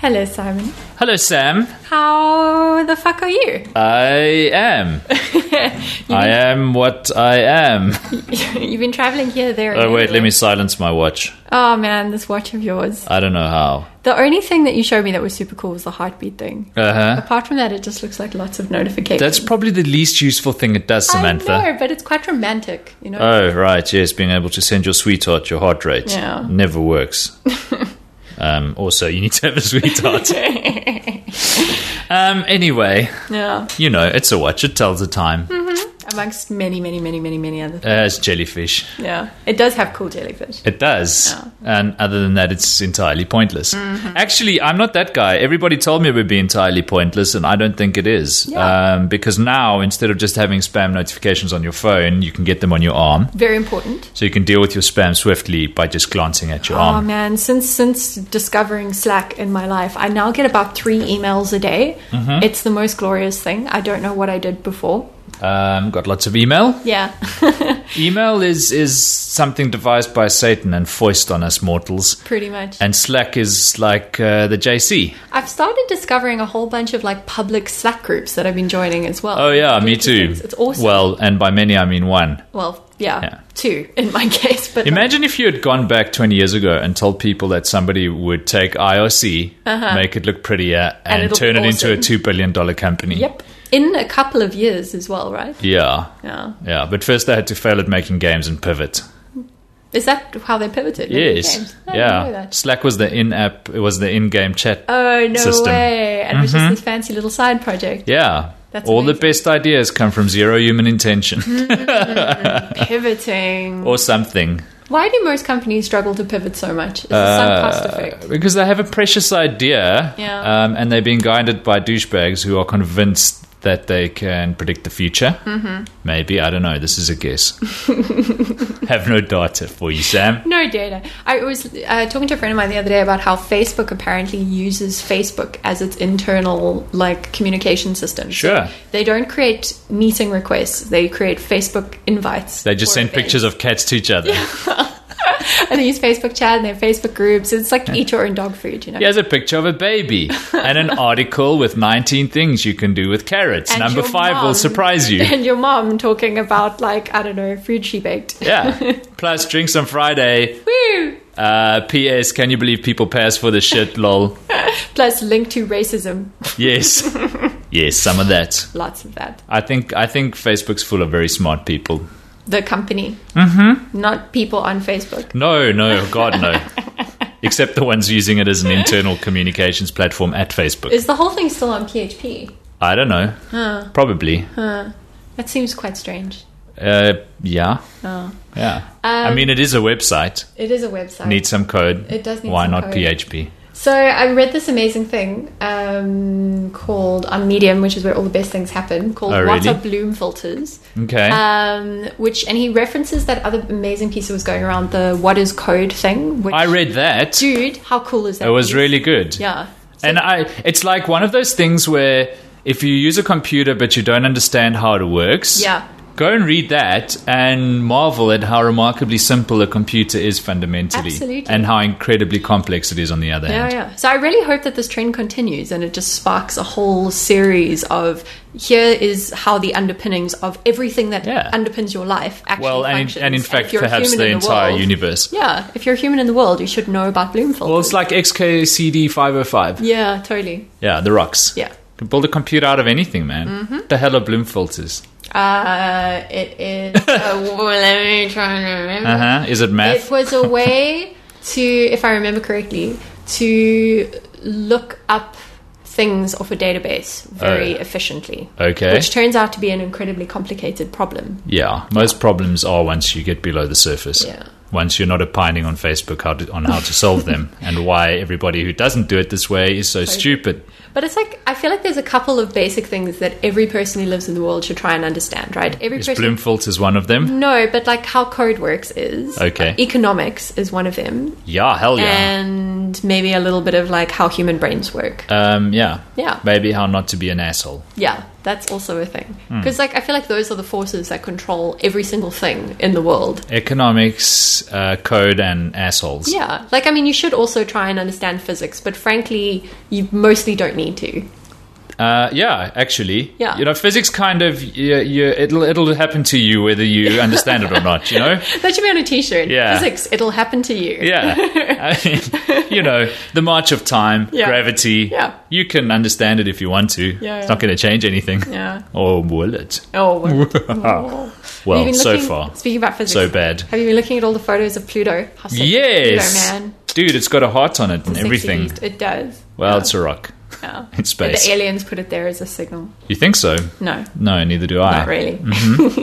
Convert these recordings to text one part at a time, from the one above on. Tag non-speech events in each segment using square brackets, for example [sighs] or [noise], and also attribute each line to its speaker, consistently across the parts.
Speaker 1: Hello, Simon.
Speaker 2: Hello, Sam.
Speaker 1: How the fuck are you? [laughs]
Speaker 2: I am. I am what
Speaker 1: [laughs]
Speaker 2: I am.
Speaker 1: You've been traveling here, there.
Speaker 2: Oh,
Speaker 1: and
Speaker 2: wait, let me
Speaker 1: everywhere.
Speaker 2: silence my watch.
Speaker 1: Oh man, this watch of yours.
Speaker 2: I don't know how.
Speaker 1: The only thing that you showed me that was super cool was the heartbeat thing.
Speaker 2: Uh huh.
Speaker 1: Apart from that, it just looks like lots of notifications.
Speaker 2: That's probably the least useful thing it does, Samantha.
Speaker 1: I know, but it's quite romantic, you know.
Speaker 2: Oh, right, yes, being able to send your sweetheart your heart rate
Speaker 1: Yeah. [laughs]
Speaker 2: never works. um, also, you need to have
Speaker 1: [laughs]
Speaker 2: a sweetheart. Oh. um, anyway,
Speaker 1: yeah,
Speaker 2: you know, it's a watch, it tells the time.
Speaker 1: Hmm. amongst many, many, many, many, many other. things.
Speaker 2: Uh, it's jellyfish.
Speaker 1: Yeah, it does have cool jellyfish.
Speaker 2: It does. And other than that, it's entirely pointless.
Speaker 1: Mm-hmm.
Speaker 2: Actually, I'm not that guy. Everybody told me it would be entirely pointless, and I don't think it is.
Speaker 1: Yeah.
Speaker 2: Um, because now, instead of just having spam notifications on your phone, you can get them on your arm.
Speaker 1: Very important.
Speaker 2: So you can deal with your spam swiftly by just glancing at your
Speaker 1: Oh
Speaker 2: arm.
Speaker 1: man, since since discovering Slack in my life, I now get about three emails a day.
Speaker 2: Mm-hmm.
Speaker 1: It's the most glorious thing. I don't know what I did before.
Speaker 2: Um, got lots of email.
Speaker 1: Yeah. [laughs]
Speaker 2: Email is, is something devised by Satan and foist on us mortals.
Speaker 1: Pretty much.
Speaker 2: And Slack is like uh, the JC.
Speaker 1: I've started discovering a whole bunch of like public Slack groups that I've been joining as well.
Speaker 2: Oh, yeah, me
Speaker 1: Different
Speaker 2: too.
Speaker 1: things. It's awesome. Well,
Speaker 2: Well, and by many, I mean one.
Speaker 1: yeah,
Speaker 2: Yeah.
Speaker 1: two [laughs] in my case, but
Speaker 2: Imagine if you had gone back 20 years ago and told people that somebody would take IRC, make it look prettier,
Speaker 1: Uh-huh. And
Speaker 2: and,
Speaker 1: it'll
Speaker 2: turn
Speaker 1: be
Speaker 2: it into a
Speaker 1: awesome.
Speaker 2: $2 billion company.
Speaker 1: yep, in a couple of years as well, right?
Speaker 2: Yeah.
Speaker 1: Yeah.
Speaker 2: Yeah. But first, they had to fail at making games and pivot.
Speaker 1: Is that how they pivoted? Making
Speaker 2: yes.
Speaker 1: games? Oh, I didn't know
Speaker 2: Yeah.
Speaker 1: that.
Speaker 2: Slack was the in app, it was the in game chat.
Speaker 1: Oh no
Speaker 2: System. Mm-hmm.
Speaker 1: way! And it was just this fancy little side
Speaker 2: [laughs]
Speaker 1: project.
Speaker 2: yeah.
Speaker 1: That's
Speaker 2: All the
Speaker 1: amazing. Mm-hmm.
Speaker 2: best ideas come from zero human intention
Speaker 1: Pivoting.
Speaker 2: or something.
Speaker 1: Why do most companies struggle to pivot so much? Is it
Speaker 2: Uh,
Speaker 1: some cost effect?
Speaker 2: Because they have a precious idea
Speaker 1: Yeah.
Speaker 2: um, and they're being guided by douchebags who are convinced that they can predict the future. Mm-hmm. Maybe, I don't know. This is a guess. [laughs] have no data for you, Sam.
Speaker 1: No data. I was uh, talking to a friend of mine the other day about how Facebook apparently uses Facebook as its internal like communication system.
Speaker 2: Sure.
Speaker 1: So they don't create meeting requests. They create Facebook invites.
Speaker 2: They just
Speaker 1: for
Speaker 2: send
Speaker 1: events.
Speaker 2: pictures of cats to each other.
Speaker 1: [laughs] And they use Facebook chat and their Facebook groups. It's like eat your own dog food, you know.
Speaker 2: Here's a picture of a baby
Speaker 1: [laughs]
Speaker 2: and an article with 19 things you can do with carrots.
Speaker 1: And
Speaker 2: Number
Speaker 1: your
Speaker 2: five will
Speaker 1: mum. [laughs]
Speaker 2: surprise you.
Speaker 1: And your mom talking about like I don't know food she baked.
Speaker 2: Yeah. Plus, drinks on Friday.
Speaker 1: Woo!
Speaker 2: Uh, P.S. Can you believe people pass for the shit? Lol.
Speaker 1: Plus link to racism.
Speaker 2: Yes. yes, some of that.
Speaker 1: Lots of that.
Speaker 2: I think I think Facebook's full of very smart people.
Speaker 1: The company, mm-hmm. not people on Facebook.
Speaker 2: No, no, God no. Except the ones using it as an internal communications platform at Facebook.
Speaker 1: Is the whole thing still on PHP?
Speaker 2: I don't know. Probably.
Speaker 1: That seems quite strange.
Speaker 2: Uh, yeah.
Speaker 1: Oh.
Speaker 2: Yeah. I mean, it is a website.
Speaker 1: It is a website.
Speaker 2: Needs some code.
Speaker 1: Um, It does need
Speaker 2: Why
Speaker 1: some
Speaker 2: not
Speaker 1: code.
Speaker 2: PHP?
Speaker 1: so I read this amazing thing um, called on Medium, which is where all the best things happen, called
Speaker 2: Oh,
Speaker 1: What
Speaker 2: really?
Speaker 1: Are Bloom Filters.
Speaker 2: Okay.
Speaker 1: Um, which and he references that other amazing piece that was going around the What is Code thing. Which,
Speaker 2: I read that.
Speaker 1: dude, how cool is that?
Speaker 2: It was
Speaker 1: piece?
Speaker 2: really good.
Speaker 1: yeah.
Speaker 2: and I, it's like one of those things where if you use a computer but you don't understand how it works,
Speaker 1: Yeah.
Speaker 2: go and read that and marvel at how remarkably simple a computer is fundamentally,
Speaker 1: Absolutely.
Speaker 2: and how incredibly complex it is on the other
Speaker 1: Yeah,
Speaker 2: hand.
Speaker 1: yeah. So I really hope that this trend continues and it just sparks a whole series of here is how the underpinnings of everything that
Speaker 2: Yeah.
Speaker 1: underpins your life actually
Speaker 2: Well, and,
Speaker 1: functions.
Speaker 2: and in
Speaker 1: if
Speaker 2: fact,
Speaker 1: you're a
Speaker 2: perhaps
Speaker 1: human
Speaker 2: the
Speaker 1: in
Speaker 2: entire
Speaker 1: world-
Speaker 2: universe.
Speaker 1: Yeah, if you're a human in the world, you should know about bloom filters.
Speaker 2: Well, it's like XKCD 505. Yeah.
Speaker 1: yeah, totally.
Speaker 2: the rocks.
Speaker 1: Mm-hmm. Yeah. Mm-hmm.
Speaker 2: You can build a computer out of anything, man. The hell are bloom filters?
Speaker 1: Uh, it
Speaker 2: [laughs]
Speaker 1: is. Uh, well, let me try and remember.
Speaker 2: Uh huh. Is it math?
Speaker 1: It was a way to, if I remember correctly, to look up things off a database very
Speaker 2: Oh.
Speaker 1: efficiently.
Speaker 2: Okay.
Speaker 1: Which turns out to be an incredibly complicated problem.
Speaker 2: yeah. Most problems are once you get below the surface.
Speaker 1: Yeah.
Speaker 2: Once you're not
Speaker 1: [laughs]
Speaker 2: opining on Facebook how to, on how to solve them and why everybody who doesn't do it this way is so stupid.
Speaker 1: But it's like I feel like there's a couple of basic things that every person who lives in the world should try and understand, right? Every
Speaker 2: Is
Speaker 1: person
Speaker 2: Bloomfield is one of them?
Speaker 1: No, but like how code works is
Speaker 2: Okay.
Speaker 1: Economics is one of them.
Speaker 2: Yeah, hell yeah.
Speaker 1: And maybe a little bit of like how human brains work.
Speaker 2: um, yeah.
Speaker 1: Yeah.
Speaker 2: Maybe how not to be an asshole.
Speaker 1: Yeah, that's also a thing.
Speaker 2: Hmm.
Speaker 1: Because like I feel like those are the forces that control every single thing in the world.
Speaker 2: Economics, uh, code, and assholes.
Speaker 1: Yeah. Like I mean you should also try and understand physics, but frankly, you mostly don't need to. [laughs]
Speaker 2: Uh, yeah, actually.
Speaker 1: Yeah.
Speaker 2: You know, physics kind of, you, you, it'll, it'll happen to you whether
Speaker 1: [laughs]
Speaker 2: you understand it or not, you know?
Speaker 1: That should be on a t shirt.
Speaker 2: Yeah.
Speaker 1: Physics, it'll happen to you. [laughs]
Speaker 2: Yeah. I mean, you know, the march of time,
Speaker 1: Yeah.
Speaker 2: gravity.
Speaker 1: Yeah.
Speaker 2: You can understand it if you want to.
Speaker 1: Yeah,
Speaker 2: It's
Speaker 1: yeah.
Speaker 2: not going to change anything.
Speaker 1: Yeah.
Speaker 2: Or will it?
Speaker 1: Oh,
Speaker 2: [laughs]
Speaker 1: well. Oh.
Speaker 2: Well,
Speaker 1: Have you been
Speaker 2: so
Speaker 1: looking-
Speaker 2: far.
Speaker 1: Speaking about physics,
Speaker 2: So bad.
Speaker 1: Have you been looking at all the photos of Pluto? How sick is
Speaker 2: Yes.
Speaker 1: Pluto, man.
Speaker 2: Dude, it's got a heart on it and
Speaker 1: Sexy
Speaker 2: everything.
Speaker 1: beast. It does.
Speaker 2: Well, it's a rock.
Speaker 1: Yeah.
Speaker 2: In space.
Speaker 1: The aliens put it there as a signal.
Speaker 2: You think so?
Speaker 1: No,
Speaker 2: No, neither do I.
Speaker 1: not really.
Speaker 2: Mm-hmm.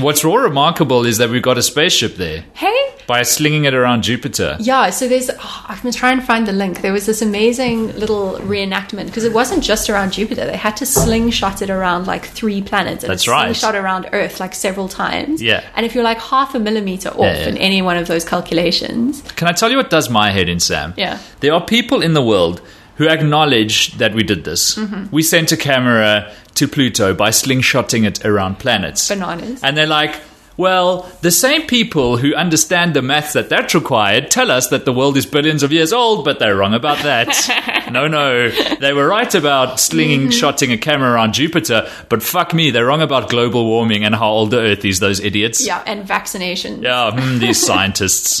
Speaker 2: What's more remarkable is that we got a spaceship there
Speaker 1: Hey,
Speaker 2: by slinging it around Jupiter.
Speaker 1: yeah. So there's. Oh, I'm gonna try and find the link. There was this amazing little reenactment because it wasn't just around Jupiter. They had to slingshot it around like three planets. And
Speaker 2: That's
Speaker 1: it
Speaker 2: right.
Speaker 1: Slingshot around Earth like several times.
Speaker 2: Yeah.
Speaker 1: And if you're like half a millimeter off
Speaker 2: Yeah, yeah.
Speaker 1: in any one of those calculations,
Speaker 2: Can I tell you what does my head in, Sam?
Speaker 1: Yeah.
Speaker 2: There are people in the world who acknowledge that we did this.
Speaker 1: Mm-hmm.
Speaker 2: We sent a camera to Pluto by slingshotting it around planets.
Speaker 1: bananas.
Speaker 2: And they're like, well, the same people who understand the maths that that's required tell us that the world is billions of years old, but they're wrong about
Speaker 1: [laughs]
Speaker 2: that. no, no. They were right about
Speaker 1: Mm-hmm.
Speaker 2: slinging, shotting a camera around Jupiter, but fuck me, they're wrong about global warming and how old the Earth is, those idiots.
Speaker 1: yeah, and vaccinations.
Speaker 2: Yeah, mm, these scientists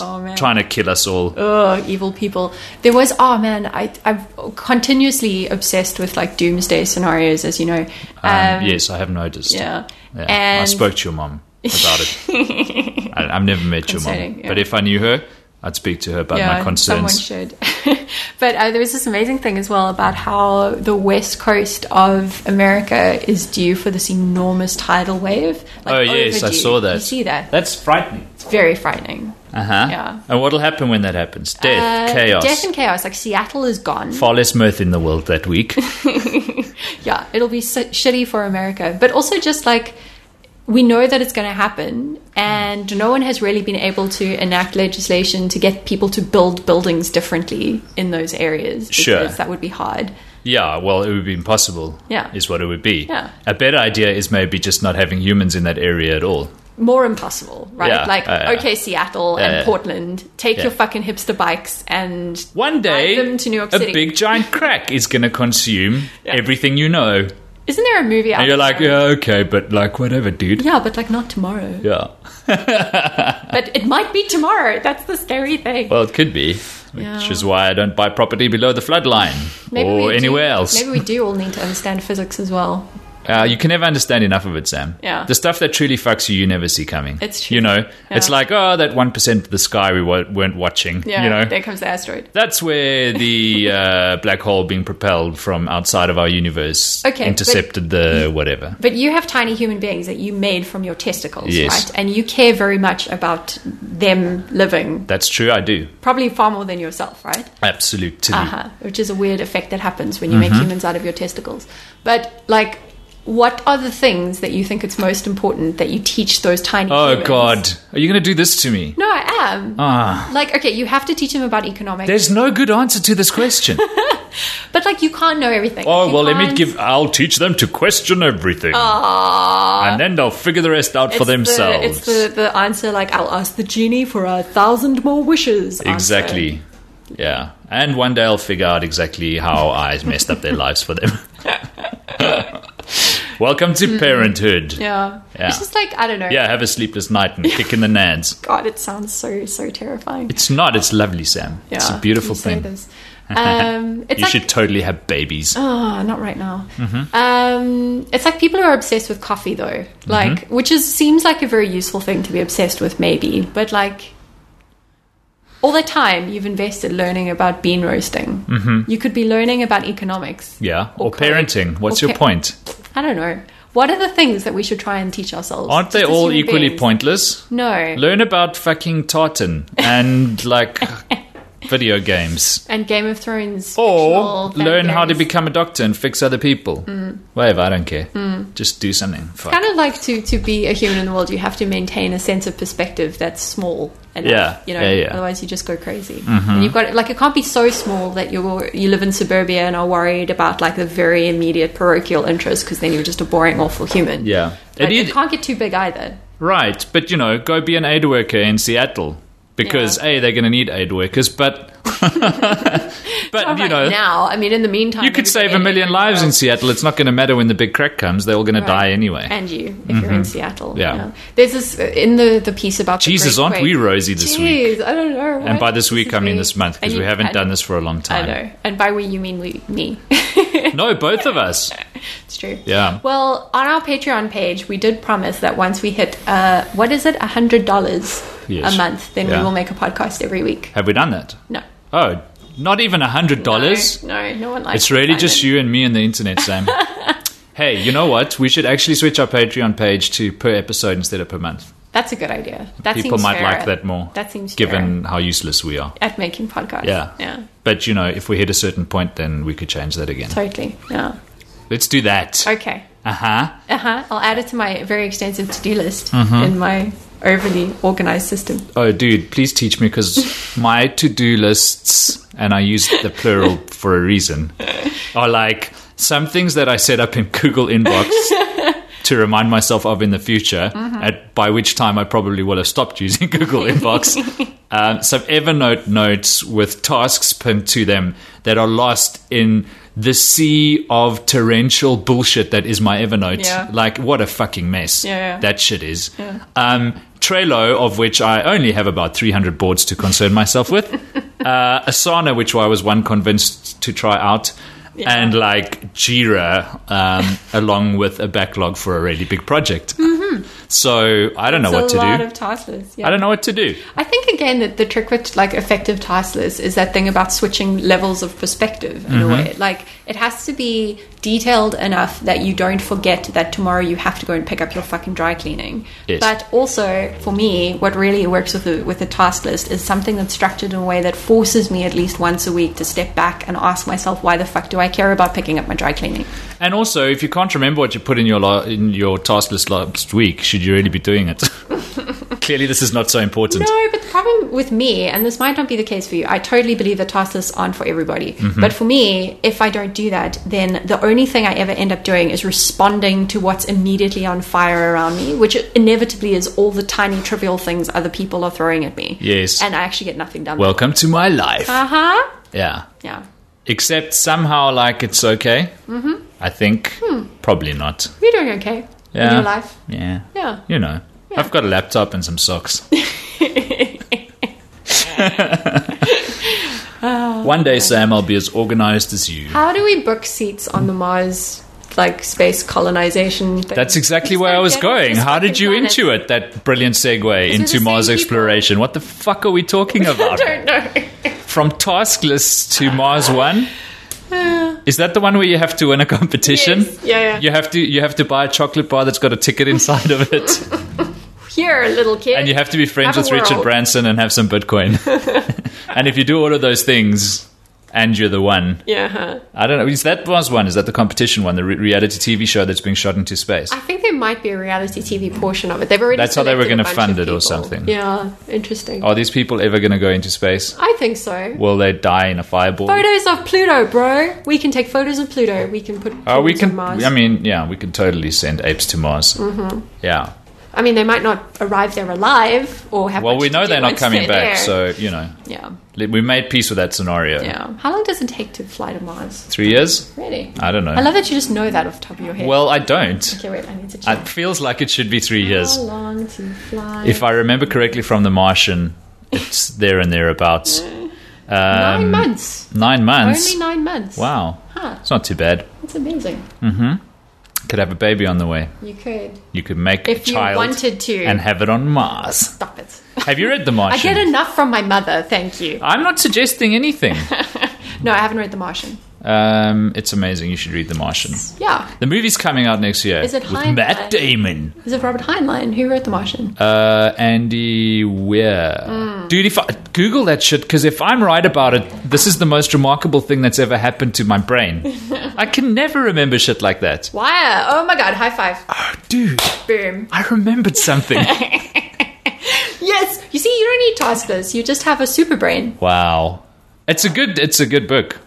Speaker 1: [laughs] Oh, man. Um,
Speaker 2: trying to kill us all.
Speaker 1: Ugh, evil people. There was, oh man, I, I'm continuously obsessed with like doomsday scenarios, as you know.
Speaker 2: Um, yes, I have noticed.
Speaker 1: Yeah.
Speaker 2: Yeah. I
Speaker 1: And
Speaker 2: spoke to your mum about it.
Speaker 1: [laughs]
Speaker 2: I, I've never met your mum,
Speaker 1: Concerning, yeah.
Speaker 2: but if I knew her, I'd speak to her about my
Speaker 1: someone
Speaker 2: concerns.
Speaker 1: should. [laughs] but uh, there was this amazing thing as well about how the west coast of America is due for this enormous tidal wave. Like,
Speaker 2: oh yes, I
Speaker 1: overdue.
Speaker 2: saw that.
Speaker 1: You see that?
Speaker 2: That's frightening.
Speaker 1: It's very frightening.
Speaker 2: Uh huh.
Speaker 1: Yeah.
Speaker 2: And what'll happen when that happens? Death,
Speaker 1: Uh,
Speaker 2: chaos.
Speaker 1: Death and chaos. Like Seattle is gone.
Speaker 2: Far less mirth in the world
Speaker 1: [laughs]
Speaker 2: that week.
Speaker 1: yeah, it'll be so shitty for America, but also just like we know that it's going to happen, and no one has really been able to enact legislation to get people to build buildings differently in those areas. Because
Speaker 2: Sure.
Speaker 1: that would be hard.
Speaker 2: yeah, well, it would be impossible.
Speaker 1: Yeah.
Speaker 2: Is what it would be.
Speaker 1: Yeah.
Speaker 2: A better idea is maybe just not having humans in that area at all.
Speaker 1: More impossible, right?
Speaker 2: Yeah,
Speaker 1: like,
Speaker 2: uh,
Speaker 1: okay, Seattle and
Speaker 2: uh,
Speaker 1: Portland, take
Speaker 2: yeah.
Speaker 1: your fucking hipster bikes and
Speaker 2: One day,
Speaker 1: Drive them to New York
Speaker 2: a
Speaker 1: City.
Speaker 2: big
Speaker 1: [laughs]
Speaker 2: giant crack is going to consume
Speaker 1: Yeah.
Speaker 2: everything you know.
Speaker 1: isn't there a movie? Out
Speaker 2: And you're like,
Speaker 1: there?
Speaker 2: yeah, okay, but like, whatever, dude.
Speaker 1: Yeah, but like not tomorrow.
Speaker 2: Yeah.
Speaker 1: But it might be tomorrow. That's the scary thing.
Speaker 2: Well, it could be, which
Speaker 1: Yeah.
Speaker 2: is why I don't buy property below the floodline or
Speaker 1: we
Speaker 2: anywhere
Speaker 1: do,
Speaker 2: else.
Speaker 1: Maybe we do all need to understand physics as well.
Speaker 2: Uh, you can never understand enough of it, Sam.
Speaker 1: Yeah.
Speaker 2: The stuff that truly fucks you, you never see coming.
Speaker 1: It's true.
Speaker 2: You know, it's
Speaker 1: Yeah.
Speaker 2: like, oh, that 1% of the sky we wa- weren't watching.
Speaker 1: Yeah,
Speaker 2: You know,
Speaker 1: there comes the asteroid.
Speaker 2: that's
Speaker 1: [laughs]
Speaker 2: where the uh, black hole being propelled from outside of our universe
Speaker 1: Okay, but-
Speaker 2: intercepted the whatever.
Speaker 1: But you have tiny human beings that you made from your testicles,
Speaker 2: Yes.
Speaker 1: right? And you care very much about them living,
Speaker 2: That's true, I do.
Speaker 1: probably far more than yourself, right?
Speaker 2: Mm. Absolutely.
Speaker 1: Uh-huh. Which is a weird effect that happens when you
Speaker 2: Mm-hmm.
Speaker 1: make humans out of your testicles. But like, what are the things that you think it's most important that you teach those tiny?
Speaker 2: Oh,
Speaker 1: humans?
Speaker 2: God. Are you going to do this to me?
Speaker 1: No, I am.
Speaker 2: Ah.
Speaker 1: Like, okay, you have to teach them about economics,
Speaker 2: There's no good answer to this
Speaker 1: [laughs]
Speaker 2: question.
Speaker 1: but like, you can't know everything.
Speaker 2: oh,
Speaker 1: You
Speaker 2: well, let me
Speaker 1: can't- Uh,
Speaker 2: give. I'll teach them to question everything. and then they'll figure the rest out for
Speaker 1: It's the-
Speaker 2: themselves.
Speaker 1: it's the, the answer like I'll ask the genie for a thousand more wishes. answer.
Speaker 2: Exactly. Yeah. And one day I'll figure out exactly how I messed up their lives for them. [laughs] Welcome to parenthood. Yeah.
Speaker 1: Mm-hmm. Yeah. It's just like I don't know.
Speaker 2: have a sleepless night and kick in the nads.
Speaker 1: God, it sounds so so terrifying.
Speaker 2: It's not, it's lovely, Sam.
Speaker 1: Yeah.
Speaker 2: It's a beautiful
Speaker 1: You say
Speaker 2: thing.
Speaker 1: this. Um, it's
Speaker 2: [laughs] You
Speaker 1: like,
Speaker 2: should Mm-hmm. totally have babies.
Speaker 1: Oh, not right now. Um, it's like people who are obsessed with coffee, though.
Speaker 2: Mm-hmm.
Speaker 1: Like, which is seems like a very useful thing to be obsessed with, maybe. But like, all the time you've invested learning about bean roasting, mm-hmm. you could be learning about economics.
Speaker 2: yeah. Or,
Speaker 1: code.
Speaker 2: parenting. What's
Speaker 1: Or
Speaker 2: your
Speaker 1: pa-
Speaker 2: point?
Speaker 1: I don't know. What are the things that we should try and teach ourselves?
Speaker 2: Aren't they
Speaker 1: Just as
Speaker 2: all
Speaker 1: human
Speaker 2: equally
Speaker 1: beings?
Speaker 2: pointless?
Speaker 1: No. [laughs]
Speaker 2: Learn about fucking tartan and like video games.
Speaker 1: and Game of Thrones.
Speaker 2: Or
Speaker 1: fictional Mm. fan
Speaker 2: learn how to
Speaker 1: theories.
Speaker 2: become a doctor and fix other people. Whatever, I don't care.
Speaker 1: Mm.
Speaker 2: Just do something. Fuck.
Speaker 1: Kind of like to, to be a human in the world, you have to maintain a sense of perspective that's small. Enough,
Speaker 2: Yeah,
Speaker 1: you know.
Speaker 2: yeah, yeah. Mm-hmm.
Speaker 1: Otherwise, you just go crazy. And you've got like it can't be so small that you you live in suburbia and are worried about like the very immediate parochial interests because then you're just a boring, awful human.
Speaker 2: yeah.
Speaker 1: Like,
Speaker 2: It
Speaker 1: it
Speaker 2: is-
Speaker 1: can't get too big either.
Speaker 2: Right, but you know, go be an aid worker in Seattle because
Speaker 1: Yeah.
Speaker 2: a they're going to need aid workers, but [laughs] but
Speaker 1: Not
Speaker 2: you
Speaker 1: right
Speaker 2: know,
Speaker 1: now, I mean, in the meantime,
Speaker 2: you could
Speaker 1: everybody-
Speaker 2: save a million lives in Seattle. It's not going to matter when the big crack comes; they're all going to die anyway.
Speaker 1: And you, if you're in Seattle.
Speaker 2: Mm-hmm. Yeah.
Speaker 1: There's this in the the piece about the
Speaker 2: Jesus,
Speaker 1: Great
Speaker 2: aren't we
Speaker 1: Quake.
Speaker 2: rosy this week?
Speaker 1: Jeez, I don't know.
Speaker 2: And
Speaker 1: why
Speaker 2: by this week, I mean
Speaker 1: me.
Speaker 2: this month because
Speaker 1: And
Speaker 2: we
Speaker 1: you-
Speaker 2: haven't
Speaker 1: and-
Speaker 2: done this for a long
Speaker 1: I
Speaker 2: time.
Speaker 1: know. And by we, you mean we, me. [laughs]
Speaker 2: No, both of us.
Speaker 1: it's true.
Speaker 2: Yeah.
Speaker 1: Well, on our Patreon page, we did promise that once we hit, uh, what is it, $100
Speaker 2: Yes.
Speaker 1: a month, then
Speaker 2: Yeah.
Speaker 1: we will make a podcast every week.
Speaker 2: Have we done that?
Speaker 1: No.
Speaker 2: Oh, not even a hundred dollars.
Speaker 1: No, no one likes
Speaker 2: It's really
Speaker 1: Simon.
Speaker 2: just you and me and the internet, Sam. hey, you know what? We should actually switch our Patreon page to per episode instead of per month.
Speaker 1: That's a good idea. That
Speaker 2: people
Speaker 1: seems
Speaker 2: might
Speaker 1: fairer.
Speaker 2: like that more.
Speaker 1: That seems
Speaker 2: given how useless we are.
Speaker 1: fairer at making podcasts.
Speaker 2: Yeah.
Speaker 1: Yeah.
Speaker 2: But you know, if we hit a certain point, then we could change that again.
Speaker 1: Totally. Yeah.
Speaker 2: Let's do that.
Speaker 1: Okay.
Speaker 2: Uh huh.
Speaker 1: Uh huh. I'll add it to my very extensive to do list
Speaker 2: Mm-hmm.
Speaker 1: in my overly organized system.
Speaker 2: Oh, dude, please teach me because [laughs] my to do lists, and I use the plural for a reason, are like some things that I set up in
Speaker 1: [laughs]
Speaker 2: Google Inbox to remind myself of in the future,
Speaker 1: Mm-hmm.
Speaker 2: at, by which time I probably will have stopped using [laughs] Google
Speaker 1: [laughs]
Speaker 2: Inbox. um, some Evernote notes with tasks pinned to them that are lost in the sea of torrential bullshit that is my Evernote.
Speaker 1: Yeah.
Speaker 2: Like, what a fucking mess
Speaker 1: Yeah, yeah.
Speaker 2: that shit is. Um, Trello, of which I only have about 300 boards to concern
Speaker 1: [laughs]
Speaker 2: myself with. uh, Asana, which I was one convinced to try out. And like Jira, um,
Speaker 1: [laughs]
Speaker 2: along with a backlog for a really big project. So I don't know what
Speaker 1: Mm-hmm. It's a
Speaker 2: to
Speaker 1: lot
Speaker 2: do.
Speaker 1: of task lists. Yeah.
Speaker 2: I don't know what to do.
Speaker 1: I think again that the trick with like effective task lists is that thing about switching levels of perspective in a way. Like it has to be detailed enough that you don't forget that tomorrow you have to go and pick up your fucking dry cleaning.
Speaker 2: Yes.
Speaker 1: But also for me, what really works with a, with a task list is something that's structured in a way that forces me at least once a week to step back and ask myself why the fuck do I care about picking up my dry cleaning?
Speaker 2: And also, if you can't remember what you put in your la- in your task list last week, should you really be
Speaker 1: [laughs]
Speaker 2: doing it? Clearly, this is not so important.
Speaker 1: No, but the problem with me, and this might not be the case for you, I totally believe that task lists aren't for everybody.
Speaker 2: Mm-hmm.
Speaker 1: But for me, if I don't do that, then the only thing I ever end up doing is responding to what's immediately on fire around me, which inevitably is all the tiny, trivial things other people are throwing at me.
Speaker 2: Yes.
Speaker 1: And I actually get nothing done.
Speaker 2: Welcome to my life.
Speaker 1: uh huh.
Speaker 2: yeah.
Speaker 1: Yeah.
Speaker 2: except somehow like it's okay. Mm-hmm. I think probably not.
Speaker 1: You're doing okay
Speaker 2: Yeah.
Speaker 1: Hmm. in your life.
Speaker 2: Yeah.
Speaker 1: Yeah.
Speaker 2: You know, I've got a laptop and
Speaker 1: [laughs]
Speaker 2: some socks. [laughs] One day, Sam, I'll be as organized as you.
Speaker 1: How do we book seats on the Mars? Like space colonization. Thing?
Speaker 2: That's exactly
Speaker 1: Just
Speaker 2: where I
Speaker 1: like
Speaker 2: was
Speaker 1: get off
Speaker 2: going.
Speaker 1: this
Speaker 2: How did
Speaker 1: fucking
Speaker 2: you
Speaker 1: planet.
Speaker 2: intuit that brilliant segue
Speaker 1: the
Speaker 2: into
Speaker 1: same
Speaker 2: Mars
Speaker 1: people.
Speaker 2: exploration? What the fuck are we
Speaker 1: [laughs] [laughs]
Speaker 2: talking
Speaker 1: I
Speaker 2: about?
Speaker 1: don't know.
Speaker 2: From task lists to Mars One. Is that the one where you have to win a competition?
Speaker 1: Yes. Yeah, yeah.
Speaker 2: You have to you have to buy a chocolate bar that's got a ticket inside of it.
Speaker 1: [laughs] Here, little kid.
Speaker 2: And you have to be friends
Speaker 1: Have
Speaker 2: with
Speaker 1: a
Speaker 2: Richard
Speaker 1: world.
Speaker 2: Branson and have
Speaker 1: [laughs]
Speaker 2: some Bitcoin. and if you do all of those things, and you're the one.
Speaker 1: Yeah. huh.
Speaker 2: I don't know. Is that was one? Is that the competition one? The re- reality TV show that's being shot into space?
Speaker 1: I think there might be a reality TV portion of it. They've already
Speaker 2: That's how they were
Speaker 1: selected a
Speaker 2: gonna
Speaker 1: bunch
Speaker 2: fund
Speaker 1: of
Speaker 2: it or
Speaker 1: people.
Speaker 2: something. Oh.
Speaker 1: Yeah, interesting.
Speaker 2: Are these people ever going to go into space?
Speaker 1: I think so.
Speaker 2: Will they die in a fireball?
Speaker 1: Photos of Pluto, bro. We can take photos of Pluto. We can put.
Speaker 2: Oh, we
Speaker 1: humans
Speaker 2: can.
Speaker 1: on Mars.
Speaker 2: I mean, yeah, we can totally send apes to Mars. Mm-hmm. Yeah.
Speaker 1: I mean, they might not arrive there alive or have.
Speaker 2: [laughs] Well,
Speaker 1: much
Speaker 2: we
Speaker 1: to
Speaker 2: know
Speaker 1: do
Speaker 2: they're not
Speaker 1: once
Speaker 2: coming
Speaker 1: they're
Speaker 2: back,
Speaker 1: there.
Speaker 2: so you know,
Speaker 1: yeah,
Speaker 2: li- we made peace with that scenario.
Speaker 1: yeah. How long does it take to fly to Mars?
Speaker 2: Three years?
Speaker 1: Really?
Speaker 2: I don't know.
Speaker 1: I love that you just know that off the top of your head.
Speaker 2: well, I don't.
Speaker 1: okay, wait. I need to check.
Speaker 2: It feels like it should be three years.
Speaker 1: How long to fly?
Speaker 2: If I remember correctly from The Martian, it's there
Speaker 1: [laughs]
Speaker 2: and thereabouts.
Speaker 1: nine
Speaker 2: Um,
Speaker 1: months.
Speaker 2: Nine months.
Speaker 1: Only nine months.
Speaker 2: Wow.
Speaker 1: Huh.
Speaker 2: It's not too bad.
Speaker 1: That's amazing.
Speaker 2: Could have a baby on the way.
Speaker 1: You could.
Speaker 2: You could make a
Speaker 1: If you
Speaker 2: child
Speaker 1: wanted to.
Speaker 2: and have it on
Speaker 1: [laughs]
Speaker 2: Mars.
Speaker 1: Stop it.
Speaker 2: Have you read The
Speaker 1: I
Speaker 2: Martian?
Speaker 1: get enough from my mother, thank you. [laughs]
Speaker 2: I'm not suggesting anything.
Speaker 1: No, I haven't read The Martian.
Speaker 2: Um, it's amazing. You should read The Martian.
Speaker 1: Yeah.
Speaker 2: The movie's coming out next year
Speaker 1: Is it
Speaker 2: with
Speaker 1: Heinlein?
Speaker 2: Matt Damon.
Speaker 1: Is it Robert Heinlein? Who wrote The Martian?
Speaker 2: Uh, Andy Weir. Dude, if I, Google that shit, because if I'm right about it, this is the most remarkable thing that's ever happened to my brain. I can never remember shit like that.
Speaker 1: Wow. Oh my god, high five.
Speaker 2: Oh, dude,
Speaker 1: Boom.
Speaker 2: I remembered something.
Speaker 1: Yes. You see, you don't need Taskers. You just have a super brain.
Speaker 2: wow, it's a good, it's a good book.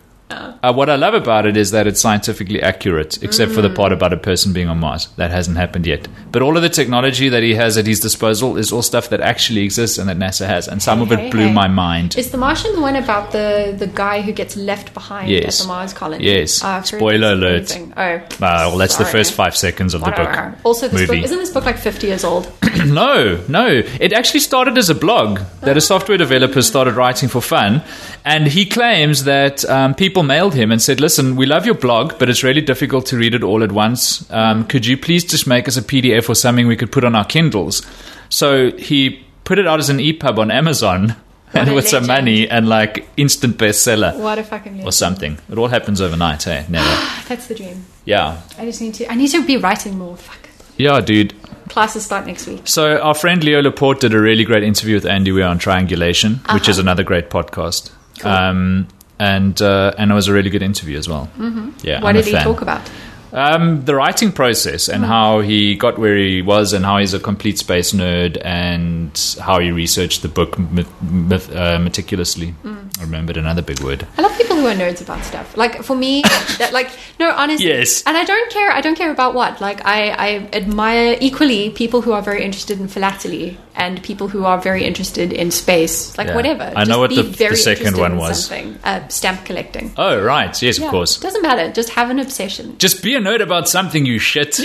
Speaker 2: Uh, what I love about it is that it's scientifically accurate, except for the part about a person being on Mars. That hasn't happened yet. But all of the technology that he has at his disposal is all stuff that actually exists and that NASA has, and some of
Speaker 1: Hey,
Speaker 2: it blew
Speaker 1: hey.
Speaker 2: my mind.
Speaker 1: Is The Martian the one about the, the guy who gets left behind
Speaker 2: Yes.
Speaker 1: at the Mars colony? Ah,
Speaker 2: Yes.
Speaker 1: I've heard
Speaker 2: Spoiler
Speaker 1: it's
Speaker 2: alert.
Speaker 1: amazing. Oh.
Speaker 2: Uh, well, that's the
Speaker 1: sorry.
Speaker 2: first five seconds of the
Speaker 1: Whatever.
Speaker 2: book.
Speaker 1: Also, this
Speaker 2: movie.
Speaker 1: book isn't this book like fifty years old?
Speaker 2: [clears throat] No, no. It actually started as a blog that a software developer started writing for fun. And he claims that um, people mailed him and said, Listen, we love your blog, but it's really difficult to read it all at once. Um, could you please just make us a PDF or something we could put on our Kindles? So he put it out as an E EPUB on Amazon [laughs]
Speaker 1: What
Speaker 2: and
Speaker 1: a
Speaker 2: with some
Speaker 1: legend.
Speaker 2: money and like instant bestseller
Speaker 1: What a fucking
Speaker 2: or something. It all happens overnight, hey? Never.
Speaker 1: That's the dream.
Speaker 2: Yeah.
Speaker 1: I just need to. I need to be writing more. Fuck.
Speaker 2: Yeah, dude.
Speaker 1: Classes start next week.
Speaker 2: So our friend Leo Laporte did a really great interview with Andy Weir on Triangulation, which
Speaker 1: Uh-huh.
Speaker 2: is another great podcast. Um, and uh, and it was a really good interview as well. Mm-hmm. Yeah,
Speaker 1: What
Speaker 2: I'm a
Speaker 1: did he
Speaker 2: fan.
Speaker 1: talk about? Mm-hmm.
Speaker 2: Um, the writing process and how he got where he was, and how he's a complete space nerd, and how he researched the book m- m- uh, meticulously.
Speaker 1: Mm.
Speaker 2: I remembered another big word.
Speaker 1: I love people who are nerds about stuff. Like for
Speaker 2: [laughs]
Speaker 1: me, that, like no, honestly,
Speaker 2: Yes.
Speaker 1: And I don't care. I don't care about what. Like I, I admire equally people who are very interested in philately and people who are very interested in space. Like
Speaker 2: Yeah.
Speaker 1: whatever.
Speaker 2: I know what
Speaker 1: be
Speaker 2: the- the
Speaker 1: very
Speaker 2: second
Speaker 1: interested
Speaker 2: one
Speaker 1: in
Speaker 2: was.
Speaker 1: Something. Uh, stamp collecting.
Speaker 2: Oh right, yes,
Speaker 1: Yeah.
Speaker 2: of course.
Speaker 1: Doesn't matter. Just have an obsession.
Speaker 2: Just be a nerd about something, you shit.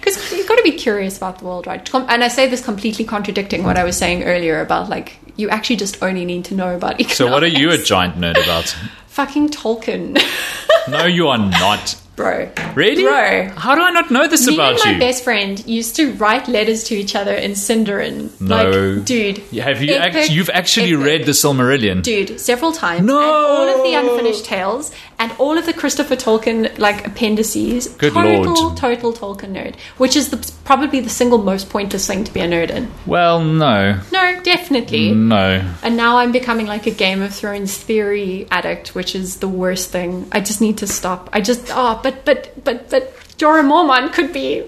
Speaker 1: because you've got to be curious about the world right Com- and i say this completely contradicting what i was saying earlier about like you actually just only need to know about economics.
Speaker 2: So what are
Speaker 1: [laughs]
Speaker 2: you a giant nerd about?
Speaker 1: fucking tolkien [laughs]
Speaker 2: No, you are not.
Speaker 1: bro
Speaker 2: Really?
Speaker 1: Bro.
Speaker 2: How do I not know this
Speaker 1: me
Speaker 2: about
Speaker 1: and my
Speaker 2: you?
Speaker 1: best friend used to write letters to each other in Sindarin.
Speaker 2: No.
Speaker 1: Like, dude.
Speaker 2: Have you?
Speaker 1: epic,
Speaker 2: act- you've actually
Speaker 1: epic.
Speaker 2: read the Silmarillion?
Speaker 1: Dude, several times.
Speaker 2: No.
Speaker 1: And all of the unfinished tales and all of the Christopher Tolkien like appendices.
Speaker 2: Good
Speaker 1: total,
Speaker 2: lord.
Speaker 1: total Tolkien nerd, which is the, probably the single most pointless thing to be a nerd in.
Speaker 2: Well, no,
Speaker 1: No, definitely.
Speaker 2: Mm. no.
Speaker 1: And now I'm becoming like a Game of Thrones theory addict, which is the worst thing. I just need to stop. I just oh, but but but but Jorah Mormont could be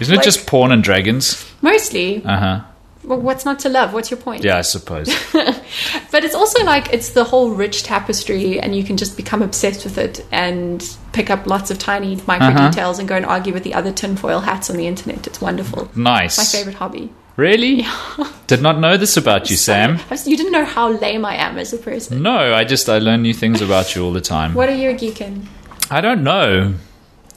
Speaker 2: Isn't it
Speaker 1: Like-
Speaker 2: just porn and dragons?
Speaker 1: mostly.
Speaker 2: Uh huh.
Speaker 1: Well, what's not to love? What's your point?
Speaker 2: Yeah, I suppose.
Speaker 1: But it's also like it's the whole rich tapestry, and you can just become obsessed with it and pick up lots of tiny micro
Speaker 2: Uh-huh.
Speaker 1: details and go and argue with the other tinfoil hats on the internet. It's wonderful.
Speaker 2: Nice.
Speaker 1: [laughs] My favorite hobby. [laughs]
Speaker 2: Really? Did not know this about you, Sam.
Speaker 1: I was- You didn't know how lame I am as a person.
Speaker 2: No, I just I learn new things about you all the time.
Speaker 1: What are you a geek in?
Speaker 2: I don't know.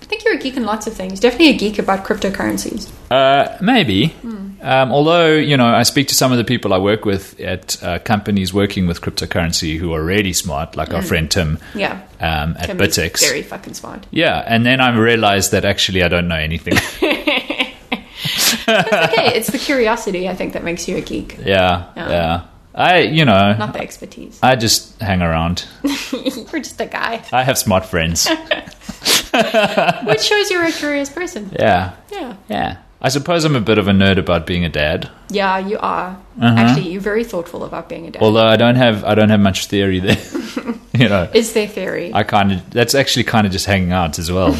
Speaker 1: I think you're a geek in lots of things. Definitely a geek about cryptocurrencies.
Speaker 2: Uh, maybe.
Speaker 1: Hmm.
Speaker 2: Um, although, you know, I speak to some of the people I work with at uh, companies working with cryptocurrency who are really smart, like our friend Tim
Speaker 1: Yeah.
Speaker 2: um, at
Speaker 1: Hmm. Tim is
Speaker 2: Bitex.
Speaker 1: Very fucking smart.
Speaker 2: Yeah, and then I realized that actually I don't know
Speaker 1: [laughs]
Speaker 2: anything. [laughs]
Speaker 1: Okay, it's the curiosity I think that makes you a geek,
Speaker 2: yeah,
Speaker 1: Yeah.
Speaker 2: yeah. I, you know,
Speaker 1: not the expertise. [laughs]
Speaker 2: I just hang around.
Speaker 1: You're just a guy,
Speaker 2: I have
Speaker 1: [laughs]
Speaker 2: smart friends.
Speaker 1: which shows you're a curious person.
Speaker 2: yeah,
Speaker 1: Yeah,
Speaker 2: yeah. I suppose I'm a bit of a nerd about being a dad,
Speaker 1: yeah, you are.
Speaker 2: Uh-huh.
Speaker 1: Actually, you're very thoughtful about being a dad.
Speaker 2: although I don't have I don't have much theory there. [laughs] you know,
Speaker 1: is there theory?
Speaker 2: I kind of that's actually kind of just hanging out
Speaker 1: [laughs]
Speaker 2: as well.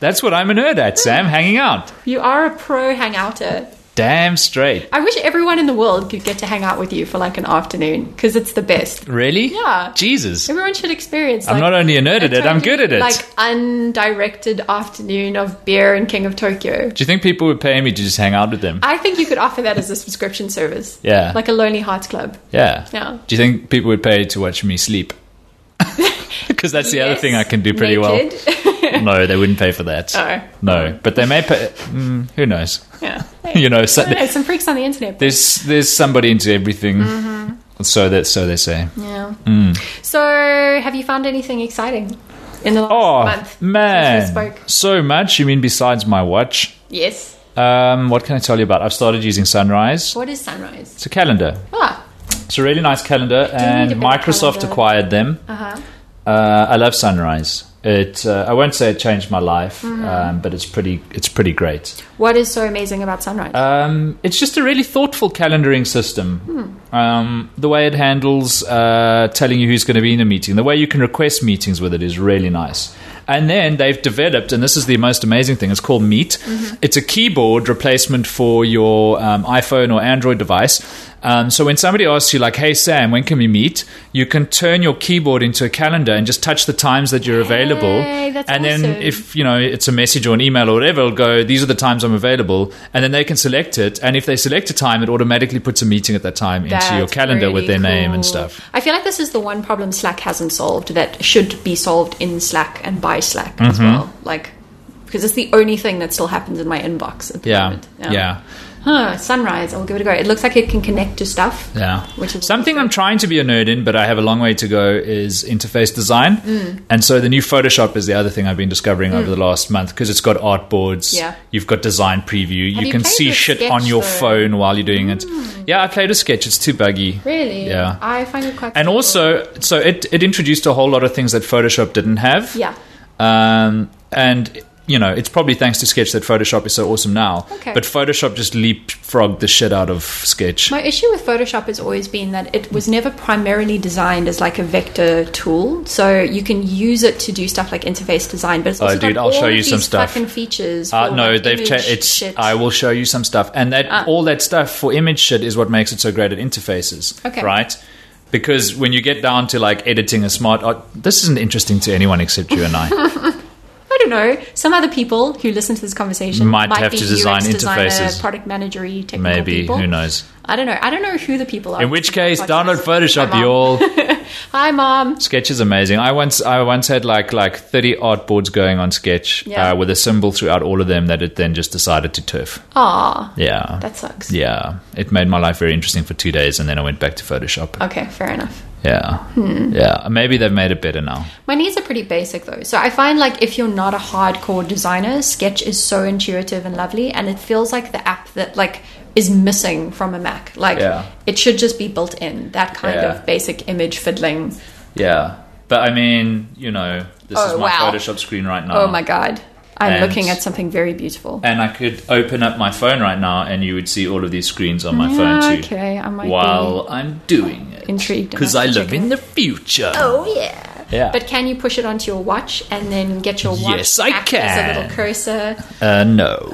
Speaker 2: that's what I'm a nerd at, Sam. Hanging out,
Speaker 1: you are a pro hangouter.
Speaker 2: damn straight.
Speaker 1: I wish everyone in the world could get to hang out with you for like an afternoon because it's the best.
Speaker 2: Really?
Speaker 1: Yeah.
Speaker 2: Jesus.
Speaker 1: Everyone should experience.
Speaker 2: I'm
Speaker 1: like,
Speaker 2: not only a nerd at it, I'm good at it.
Speaker 1: Like undirected afternoon of beer and King of Tokyo.
Speaker 2: Do you think people would pay me to just hang out with them?
Speaker 1: I think you could offer that as a subscription service.
Speaker 2: Yeah.
Speaker 1: Like a Lonely Hearts Club.
Speaker 2: Yeah.
Speaker 1: Yeah.
Speaker 2: Do you think people would pay to watch me
Speaker 1: [laughs]
Speaker 2: sleep? [laughs] Because that's the other thing I can do
Speaker 1: [laughs]
Speaker 2: pretty
Speaker 1: well.
Speaker 2: well. No, they wouldn't pay for that.
Speaker 1: Oh.
Speaker 2: No, but they may pay. Mm, who knows? [laughs]
Speaker 1: yeah.
Speaker 2: You know, so,
Speaker 1: I don't know, some freaks on the internet.
Speaker 2: there's there's somebody into everything.
Speaker 1: Mm-hmm.
Speaker 2: So that so they say.
Speaker 1: yeah.
Speaker 2: Mm.
Speaker 1: So, have you found anything exciting in the last
Speaker 2: Oh
Speaker 1: month? since we
Speaker 2: man,
Speaker 1: spoke?
Speaker 2: so much. You mean besides my watch?
Speaker 1: Yes.
Speaker 2: Um, what can I tell you about? I've started using Sunrise.
Speaker 1: What is sunrise?
Speaker 2: It's a calendar.
Speaker 1: Ah.
Speaker 2: It's a really nice calendar,
Speaker 1: you need a better
Speaker 2: and Microsoft
Speaker 1: calendar?
Speaker 2: acquired them.
Speaker 1: Uh huh.
Speaker 2: Uh, I love sunrise. It. Uh, I won't say it changed my life,
Speaker 1: Mm-hmm.
Speaker 2: um, but it's pretty. It's pretty great.
Speaker 1: What is so amazing about sunrise?
Speaker 2: Um, it's just a really thoughtful calendaring
Speaker 1: Hmm.
Speaker 2: system. Um, the way it handles uh, telling you who's going to be in a meeting, the way you can request meetings with it is really nice. And then they've developed, and this is the most amazing thing. It's called Meet.
Speaker 1: Mm-hmm.
Speaker 2: It's a keyboard replacement for your um, iPhone or Android device. Um, so when somebody asks you, like, "Hey Sam, when can we meet?" you can turn your keyboard into a calendar and just touch the times that you're available.
Speaker 1: Hey, that's
Speaker 2: and then
Speaker 1: awesome.
Speaker 2: if if, you know it's a message or an email or whatever, it'll go, these are the times I'm available, and then they can select it. And if they select a time, it automatically puts a meeting at that time into your
Speaker 1: That's
Speaker 2: calendar with their
Speaker 1: pretty
Speaker 2: name and
Speaker 1: cool.
Speaker 2: stuff.
Speaker 1: I feel like this is the one problem Slack hasn't solved that should be solved in Slack and by Slack as
Speaker 2: Mm-hmm.
Speaker 1: well. Like, because it's the only thing that still happens in my inbox at the
Speaker 2: Yeah.
Speaker 1: moment.
Speaker 2: Yeah.
Speaker 1: Huh, sunrise. I'll give it a go. It looks like it can connect to stuff.
Speaker 2: Yeah.
Speaker 1: Which is
Speaker 2: Something I'm trying to be a nerd in, but I have a long way to go, is interface design.
Speaker 1: Mm.
Speaker 2: And so the new Photoshop is the other thing I've been discovering over the last month because it's got art boards.
Speaker 1: Yeah.
Speaker 2: You've got design preview.
Speaker 1: Have you
Speaker 2: can
Speaker 1: played
Speaker 2: see
Speaker 1: with
Speaker 2: shit
Speaker 1: Sketch,
Speaker 2: on your
Speaker 1: though? Mm.
Speaker 2: phone while you're doing it. Yeah, I played with Sketch. It's too buggy.
Speaker 1: Really?
Speaker 2: Yeah.
Speaker 1: I find it quite.
Speaker 2: And
Speaker 1: cool.
Speaker 2: also, so it, it introduced a whole lot of things that Photoshop didn't have.
Speaker 1: Yeah.
Speaker 2: Um, and you know, it's probably thanks to Sketch that Photoshop is so awesome now.
Speaker 1: Okay.
Speaker 2: But Photoshop just leapfrogged the shit out of Sketch.
Speaker 1: My issue with Photoshop has always been that it was never primarily designed as like a vector tool. So you can use it to do stuff like interface design, but it's
Speaker 2: Oh,
Speaker 1: also
Speaker 2: dude,
Speaker 1: got
Speaker 2: I'll
Speaker 1: all
Speaker 2: show
Speaker 1: of
Speaker 2: you some
Speaker 1: these
Speaker 2: stuff.
Speaker 1: fucking features.
Speaker 2: Uh,
Speaker 1: for,
Speaker 2: no,
Speaker 1: like,
Speaker 2: they've
Speaker 1: image
Speaker 2: changed. It's.
Speaker 1: shit. Ah.
Speaker 2: I will show you some stuff, and that all that stuff for image shit is what makes it so great at interfaces.
Speaker 1: Okay.
Speaker 2: Right. Because when you get down to like editing a smart, art, this isn't interesting to anyone except you and
Speaker 1: [laughs]
Speaker 2: I.
Speaker 1: I don't know. Some other people who listen to this conversation
Speaker 2: Might have
Speaker 1: be
Speaker 2: to design
Speaker 1: UX designer,
Speaker 2: interfaces.
Speaker 1: product managery, technical
Speaker 2: Maybe
Speaker 1: people.
Speaker 2: who knows?
Speaker 1: I don't know. I don't know who the people are.
Speaker 2: In which case,
Speaker 1: Podcast.
Speaker 2: download Photoshop,
Speaker 1: Hi, Mom.
Speaker 2: y'all.
Speaker 1: Hi, mom.
Speaker 2: Sketch is amazing. I once I once had like like thirty art boards going on Sketch
Speaker 1: Yeah.
Speaker 2: uh, with a symbol throughout all of them that it then just decided to turf.
Speaker 1: Aw,
Speaker 2: Yeah,
Speaker 1: that sucks.
Speaker 2: yeah. It made my life very interesting for two days, and then I went back to Photoshop.
Speaker 1: Okay, fair enough.
Speaker 2: Yeah,
Speaker 1: Hmm.
Speaker 2: yeah. Maybe they've made it better now.
Speaker 1: My needs are pretty basic though. So I find like if you're not a hardcore designer, Sketch is so intuitive and lovely and it feels like the app that like is missing from a Mac. Like
Speaker 2: Yeah.
Speaker 1: it should just be built in. That kind
Speaker 2: Yeah.
Speaker 1: of basic image fiddling.
Speaker 2: Yeah, but I mean, you know, this
Speaker 1: Oh,
Speaker 2: is my
Speaker 1: wow.
Speaker 2: Photoshop screen right now.
Speaker 1: Oh my god. I'm
Speaker 2: Uh-huh. And-
Speaker 1: looking at something very beautiful.
Speaker 2: And I could open up my phone right now, and you would see all of these screens on my phone too.
Speaker 1: okay, I might be
Speaker 2: while I'm doing it,
Speaker 1: intrigued enough
Speaker 2: because
Speaker 1: to
Speaker 2: I
Speaker 1: check
Speaker 2: live
Speaker 1: it
Speaker 2: in the future.
Speaker 1: Oh yeah.
Speaker 2: Yeah.
Speaker 1: But can you push it onto your watch and then get your watch
Speaker 2: Yes, I
Speaker 1: act as a
Speaker 2: can.
Speaker 1: little cursor? [laughs]
Speaker 2: Uh, no.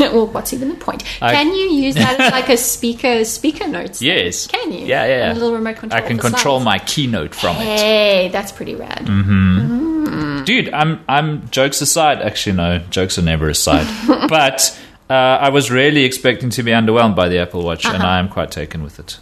Speaker 1: well, what's even the point?
Speaker 2: I-
Speaker 1: can you use that as like a speaker speaker notes? thing?
Speaker 2: Yes.
Speaker 1: Can you?
Speaker 2: [laughs] Yeah, yeah. yeah.
Speaker 1: And a little remote control.
Speaker 2: I can
Speaker 1: with the
Speaker 2: control
Speaker 1: slides.
Speaker 2: my keynote from it.
Speaker 1: Hey, that's pretty rad.
Speaker 2: Mm. Dude, I'm I'm jokes aside. Actually, no, jokes are
Speaker 1: [laughs]
Speaker 2: never aside. but uh, I was really expecting to be underwhelmed by the Apple Watch,
Speaker 1: Uh-huh.
Speaker 2: and I am quite taken with it.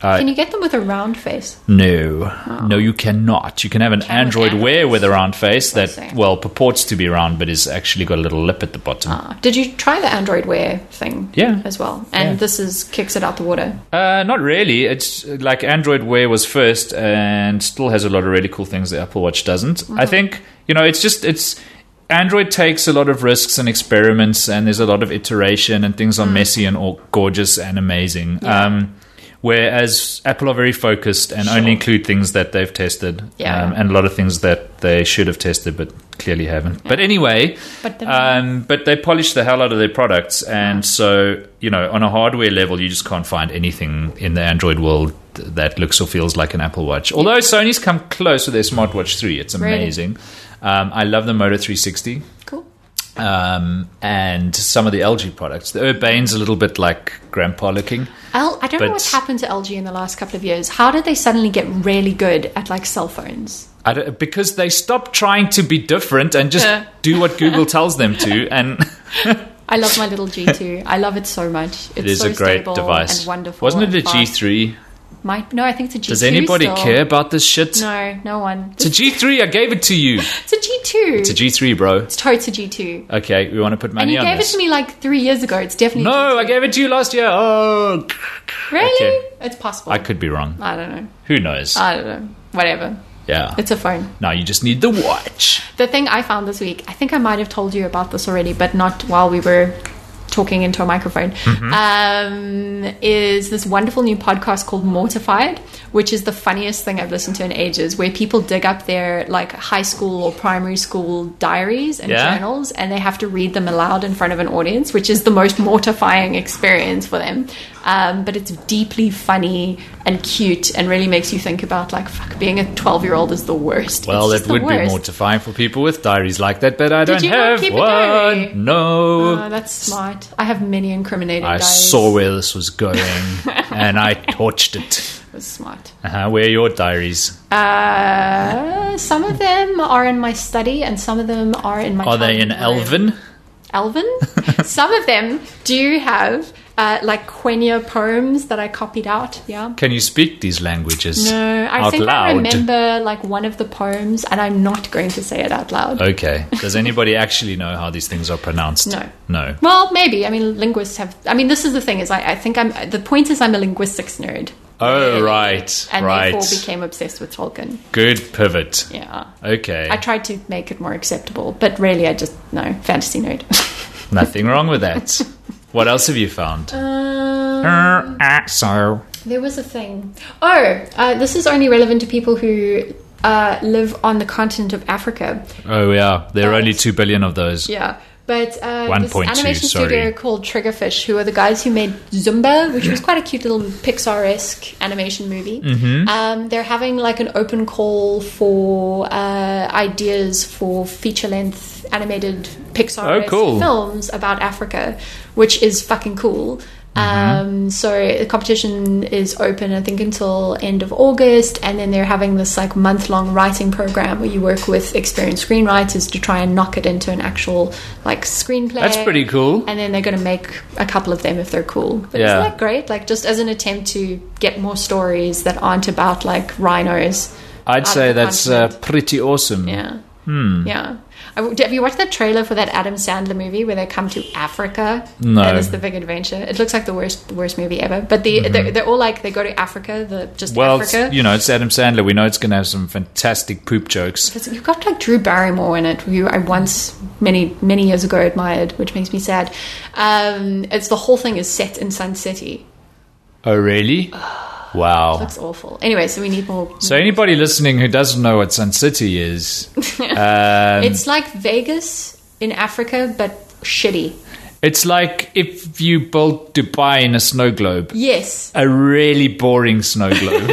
Speaker 1: Can you get them with a round face?
Speaker 2: No,
Speaker 1: Oh.
Speaker 2: no, you cannot. You can have an
Speaker 1: with
Speaker 2: Android Wear
Speaker 1: Androids.
Speaker 2: with a round face that,
Speaker 1: saying.
Speaker 2: well, purports to be round, but is actually got a little lip at the bottom.
Speaker 1: Ah, Did you try the Android Wear thing?
Speaker 2: Yeah.
Speaker 1: as well. And
Speaker 2: Yeah.
Speaker 1: this is kicks it out the water.
Speaker 2: Uh, not really. It's uh, like Android Wear was first, and still has a lot of really cool things that Apple Watch doesn't. I
Speaker 1: Mm-hmm.
Speaker 2: think you know, it's just it's Android takes a lot of risks and experiments, and there's a lot of iteration, and things are
Speaker 1: Mm.
Speaker 2: messy and all gorgeous and amazing. Um, whereas Apple are very focused and only include things that they've tested,
Speaker 1: Yeah.
Speaker 2: um, and a lot of things that they should have tested but clearly haven't. But anyway,
Speaker 1: But the-
Speaker 2: um, but they polish the hell out of their products, and so you know, on a hardware level, you just can't find anything in the Android world th- that looks or feels like an Apple Watch. Although Sony's come close with their smartwatch three, it's
Speaker 1: Really?
Speaker 2: amazing. Um, I love the Moto 360
Speaker 1: Cool.
Speaker 2: um, and some of the LG products. The Urbane's a little bit like grandpa looking.
Speaker 1: L- I don't
Speaker 2: But-
Speaker 1: know what's happened to LG in the last couple of years. How did they suddenly get really good at like cell phones?
Speaker 2: I don't, because they stop trying to be different and just
Speaker 1: Yeah.
Speaker 2: do
Speaker 1: [laughs]
Speaker 2: what Google tells them to, and
Speaker 1: I love my little
Speaker 2: [laughs]
Speaker 1: G2. I love it so much. It's
Speaker 2: it is
Speaker 1: so
Speaker 2: a great
Speaker 1: stable
Speaker 2: device.
Speaker 1: and wonderful.
Speaker 2: Wasn't it
Speaker 1: and
Speaker 2: a
Speaker 1: fast.
Speaker 2: G3?
Speaker 1: Might no, I think it's a G2.
Speaker 2: Does anybody
Speaker 1: still.
Speaker 2: care about this shit?
Speaker 1: No, no one.
Speaker 2: It's a G3. I gave it to you.
Speaker 1: It's a G2.
Speaker 2: It's a G3, bro.
Speaker 1: It's totes a G2.
Speaker 2: Okay, we want to put
Speaker 1: And
Speaker 2: money
Speaker 1: you
Speaker 2: on
Speaker 1: gave
Speaker 2: this.
Speaker 1: it to me like three years ago. It's definitely
Speaker 2: no,
Speaker 1: G2.
Speaker 2: I gave it to you last year. Oh,
Speaker 1: really.
Speaker 2: okay.
Speaker 1: It's possible.
Speaker 2: I
Speaker 1: I,
Speaker 2: could be wrong.
Speaker 1: don't know.
Speaker 2: Who knows?
Speaker 1: I don't know. Whatever.
Speaker 2: yeah.
Speaker 1: It's a phone.
Speaker 2: Now you just need the watch.
Speaker 1: The thing I found this week. I think I might have told you about this already, but not while we were talking
Speaker 2: Mm-hmm.
Speaker 1: into a microphone. Um, is this wonderful new podcast called Mortified, which is the funniest thing I've listened to in ages, where people dig up their like high school or primary school diaries and
Speaker 2: Yeah.
Speaker 1: journals and they have to read them aloud in front of an audience, which is the most mortifying experience for them. Um, but it's deeply funny and cute and really makes you think about like fuck being a 12 year old is the worst.
Speaker 2: Well,
Speaker 1: It's just
Speaker 2: it
Speaker 1: the
Speaker 2: would be
Speaker 1: worst.
Speaker 2: mortifying for people with diaries like that, but I don't
Speaker 1: you not
Speaker 2: have
Speaker 1: keep a diary?
Speaker 2: one. No.
Speaker 1: Oh, that's smart. I have many incriminating
Speaker 2: I
Speaker 1: diaries.
Speaker 2: saw where this was
Speaker 1: [laughs]
Speaker 2: going and I torched it.
Speaker 1: It was smart.
Speaker 2: Uh-huh, where are your diaries?
Speaker 1: Uh, some of them are in my study, and some of them are in my.
Speaker 2: Are they in
Speaker 1: childhood room.
Speaker 2: Elven? [laughs]
Speaker 1: Elven. some of them do have uh, like Quenya poems that I copied out. Yeah.
Speaker 2: Can you speak these languages
Speaker 1: No, I
Speaker 2: out
Speaker 1: think
Speaker 2: loud?
Speaker 1: I remember like one of the poems, and I'm not going to say it out loud.
Speaker 2: Okay. Does anybody actually know how these things are pronounced?
Speaker 1: No.
Speaker 2: No.
Speaker 1: Well, maybe. I mean, linguists have. I mean, this is the thing: is I, I think I'm. The point is, I'm a linguistics nerd.
Speaker 2: Oh, right.
Speaker 1: And
Speaker 2: right.
Speaker 1: therefore became obsessed with Tolkien.
Speaker 2: Good pivot.
Speaker 1: Yeah.
Speaker 2: Okay.
Speaker 1: I tried to make it more acceptable, but really, I just no fantasy nerd. [laughs]
Speaker 2: Nothing wrong with that. what else have you found? Er, ah, so.
Speaker 1: Um, there was a thing. Oh, uh, this is only relevant to people who uh, live on the continent of Africa.
Speaker 2: Oh, yeah. There are
Speaker 1: But-
Speaker 2: only two billion of those.
Speaker 1: Yeah. But uh, this
Speaker 2: 1.2,
Speaker 1: animation
Speaker 2: sorry.
Speaker 1: studio called Triggerfish, who are the guys who made Zumba, which was quite a cute little Pixar-esque animation movie.
Speaker 2: Mm-hmm.
Speaker 1: Um, they're having like an open call for uh, ideas for feature-length animated Pixar
Speaker 2: Oh, cool.
Speaker 1: films about Africa, which is fucking cool.
Speaker 2: Mm-hmm.
Speaker 1: Um, so the competition is open, I think, until end of August, and then they're having this like month long writing program where you work with experienced screenwriters to try and knock it into an actual like screenplay.
Speaker 2: That's pretty cool.
Speaker 1: And then they're going to make a couple of them if they're cool. But isn't
Speaker 2: Yeah.
Speaker 1: that great? Like just as an attempt to get more stories that aren't about like rhinos. out
Speaker 2: I'd
Speaker 1: of
Speaker 2: say
Speaker 1: the
Speaker 2: that's uh,
Speaker 1: continent.
Speaker 2: pretty awesome.
Speaker 1: Yeah.
Speaker 2: Hmm.
Speaker 1: Yeah. I, have you watched that trailer for that Adam Sandler movie where they come to Africa?
Speaker 2: No.
Speaker 1: And it's the big adventure. It looks like the worst, the worst movie ever. But the, they're, they're all like they go to Africa, the just
Speaker 2: Mm-hmm. Well, it's-
Speaker 1: Africa.
Speaker 2: you know, it's Adam Sandler. We know it's going to have some fantastic poop jokes.
Speaker 1: It's- You've got like Drew Barrymore in it, who I once many many years ago admired, which makes me sad. Um, it's the whole thing is set in Sun City.
Speaker 2: Oh, really? Wow.
Speaker 1: [sighs] That's awful. Anyway, so we need more.
Speaker 2: So, anybody listening who doesn't know what Sun City is, Um,
Speaker 1: it's like Vegas in Africa, but shitty.
Speaker 2: it's like if you built Dubai in a snow globe,
Speaker 1: Yes,
Speaker 2: a really boring snow
Speaker 1: [laughs]
Speaker 2: globe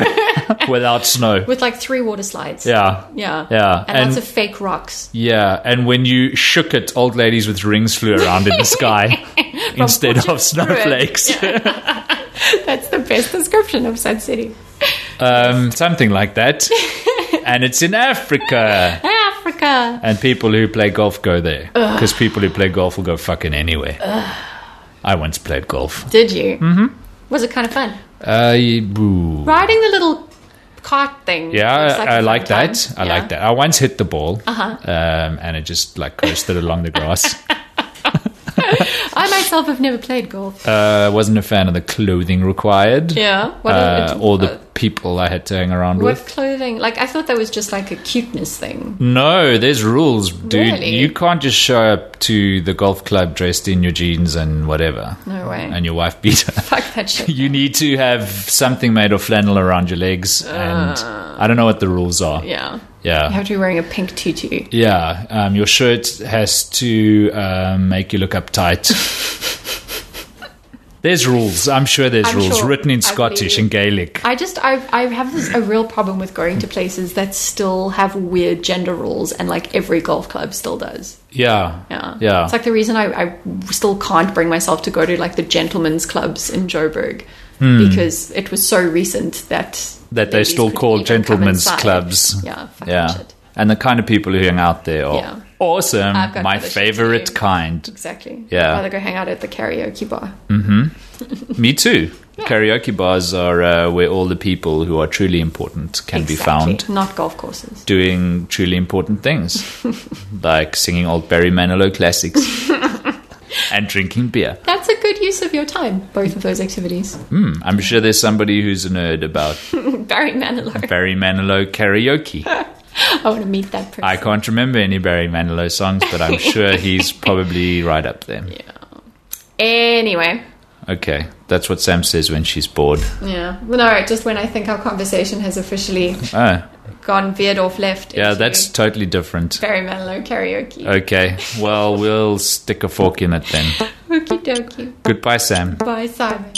Speaker 2: without snow.
Speaker 1: with like three water slides.
Speaker 2: Yeah.
Speaker 1: Yeah.
Speaker 2: Yeah,
Speaker 1: And,
Speaker 2: and-
Speaker 1: lots of fake rocks.
Speaker 2: Yeah, and when you shook it, old ladies with rings flew around in
Speaker 1: [laughs]
Speaker 2: the sky instead of
Speaker 1: Portugal through it.
Speaker 2: snowflakes.
Speaker 1: That's the best description of Sun City.
Speaker 2: Um, something like
Speaker 1: [laughs]
Speaker 2: that. and it's in Africa.
Speaker 1: Africa.
Speaker 2: And people who play golf go there. Because people who play golf will go fucking anywhere. I once played golf.
Speaker 1: Did you? Mm-hmm. Was it kind of fun?
Speaker 2: Uh, boo.
Speaker 1: Riding the little cart thing.
Speaker 2: Yeah,
Speaker 1: looks a
Speaker 2: I, I
Speaker 1: fun
Speaker 2: like
Speaker 1: time.
Speaker 2: that. I
Speaker 1: Yeah. Uh-huh.
Speaker 2: like that. I once hit the ball, um, and it just like coasted along
Speaker 1: [laughs]
Speaker 2: the grass.
Speaker 1: I myself have never played golf.
Speaker 2: Uh, wasn't a fan of the clothing
Speaker 1: [laughs]
Speaker 2: required,
Speaker 1: Yeah. What
Speaker 2: uh,
Speaker 1: it-
Speaker 2: or the people I had to hang around with.
Speaker 1: what clothing? Like I thought that was just like a cuteness
Speaker 2: [laughs]
Speaker 1: thing.
Speaker 2: No, there's rules, dude.
Speaker 1: Really?
Speaker 2: You can't just show up to the golf club dressed in your jeans and whatever,
Speaker 1: No way.
Speaker 2: and your wife beater.
Speaker 1: Fuck that shit.
Speaker 2: [laughs] you need to have something made of flannel around your legs, and I don't know what the rules are.
Speaker 1: Uh. Yeah. You
Speaker 2: Yeah.
Speaker 1: have to be wearing a pink tutu.
Speaker 2: Yeah, um, your shirt has to um, make you
Speaker 1: [laughs]
Speaker 2: look uptight. there's rules. I'm sure there's
Speaker 1: I'm
Speaker 2: rules
Speaker 1: sure.
Speaker 2: written in
Speaker 1: I
Speaker 2: Scottish
Speaker 1: believe
Speaker 2: and Gaelic.
Speaker 1: I just I I have this, a real problem with going to places that still have weird gender rules, and like every golf club still does.
Speaker 2: Yeah.
Speaker 1: Yeah,
Speaker 2: Yeah.
Speaker 1: It's like the reason I, I still can't bring myself to go to like the gentlemen's clubs in Joburg because it was so recent that
Speaker 2: Hmm. that they
Speaker 1: ladies
Speaker 2: still
Speaker 1: couldn't
Speaker 2: call
Speaker 1: even come
Speaker 2: gentlemen's
Speaker 1: inside.
Speaker 2: clubs.
Speaker 1: Yeah, fucking
Speaker 2: yeah.
Speaker 1: shit.
Speaker 2: And the kind of people who hang out there are
Speaker 1: Yeah.
Speaker 2: awesome.
Speaker 1: I've got
Speaker 2: My
Speaker 1: other shit
Speaker 2: favorite
Speaker 1: to do.
Speaker 2: kind.
Speaker 1: Exactly.
Speaker 2: Yeah.
Speaker 1: I'd rather go hang out at the karaoke bar.
Speaker 2: Me too. Karaoke bars are uh, where all the people who are truly important can be
Speaker 1: Exactly.
Speaker 2: found
Speaker 1: Not golf courses.
Speaker 2: doing truly important things,
Speaker 1: [laughs]
Speaker 2: like singing old Barry Manilow
Speaker 1: [laughs]
Speaker 2: classics and drinking beer.
Speaker 1: That's a good use of your time. Both of those activities.
Speaker 2: Hmm, I'm sure there's somebody who's a
Speaker 1: [laughs]
Speaker 2: nerd about
Speaker 1: Barry
Speaker 2: [laughs]
Speaker 1: Manilow.
Speaker 2: Barry Manilow karaoke.
Speaker 1: I want to meet that person.
Speaker 2: I can't remember any Barry
Speaker 1: [laughs]
Speaker 2: Manilow songs, but I'm sure he's probably right up there.
Speaker 1: anyway.
Speaker 2: Okay, that's what Sam says when she's bored.
Speaker 1: Yeah. Well, no, just when I think our conversation has officially
Speaker 2: Oh,
Speaker 1: gone veered off left.
Speaker 2: yeah,
Speaker 1: into
Speaker 2: that's totally different.
Speaker 1: very mellow karaoke.
Speaker 2: Okay, well, we'll stick a fork in it then.
Speaker 1: Okie dokie.
Speaker 2: Goodbye, Sam.
Speaker 1: Bye, Simon.